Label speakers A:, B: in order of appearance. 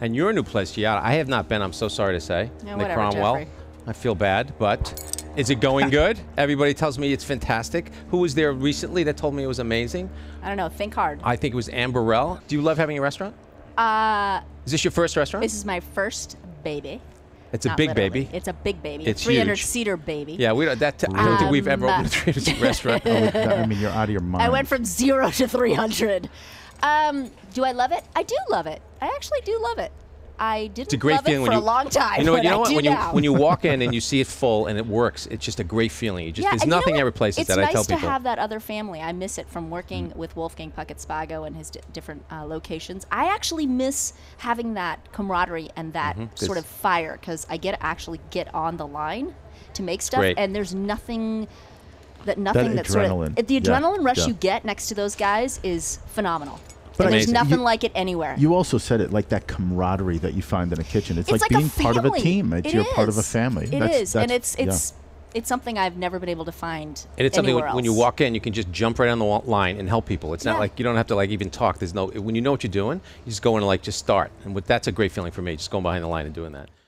A: and your new place, Giada. I have not been. I'm so sorry to say.
B: Yeah,
A: in the
B: whatever,
A: Cromwell.
B: Jeffrey.
A: I feel bad, but is it going good? Everybody tells me it's fantastic. Who was there recently that told me it was amazing?
B: I don't know. Think hard.
A: I think it was Anne Burrell. Do you love having a restaurant?
B: Uh,
A: Is this your first restaurant?
B: this is my first baby.
A: it's a
B: Not
A: big
B: literally.
A: baby.
B: It's a big baby.
A: It's
B: 300
A: huge.
B: seater baby.
A: yeah, we don't, that, I don't think we've ever
B: Um,
A: opened a 300 restaurant. Oh,
C: I, would- Oh, I mean, you're out of your mind.
B: I went from zero to 300. Um, do I love it? I do love it. I actually do love it. I didn't
A: It's a great
B: love
A: feeling
B: it
A: when
B: for
A: you
B: a long time.
A: You know,
B: but
A: you know
B: I
A: what?
B: do
A: When you
B: now.
A: when you walk in and you see it full and it works, it's just a great feeling. You just there's
B: and you know
A: nothing
B: what?
A: that replaces
B: it's
A: that.
B: nice
A: I tell
B: to
A: people. Mm.
B: have that other family. I miss it from working with Wolfgang Puckett Spago and his d- different uh, locations. I actually miss having that camaraderie and that
A: Mm-hmm,
B: sort of fire because I get actually get on the line to make stuff,
A: great.
B: and there's nothing that nothing that, sort
C: adrenaline.
B: of it- the
C: Yeah,
B: adrenaline rush
C: yeah.
B: you get next to those guys is phenomenal.
C: But
B: and there's
A: Amazing.
B: nothing
C: you-
B: like it anywhere.
C: You also said it like that camaraderie that you find in a kitchen. It's,
B: it's like,
C: being
B: a
C: part of a
B: family.
C: team. It's
B: It
C: you're part of a
B: is.
C: family.
B: It is,
C: That's-
B: and
C: that's-
B: it's
C: yeah.
B: it's it's something I've never been able to find.
A: And it's something
B: anywhere
A: when, when you
B: else.
A: walk in, you can just jump right on the wa- line and help people. It's not
B: Yeah.
A: like you don't have to like even talk. There's no when you know what you're doing, you just go in and like just start. And what, that's a great feeling for me, just going behind the line and doing that.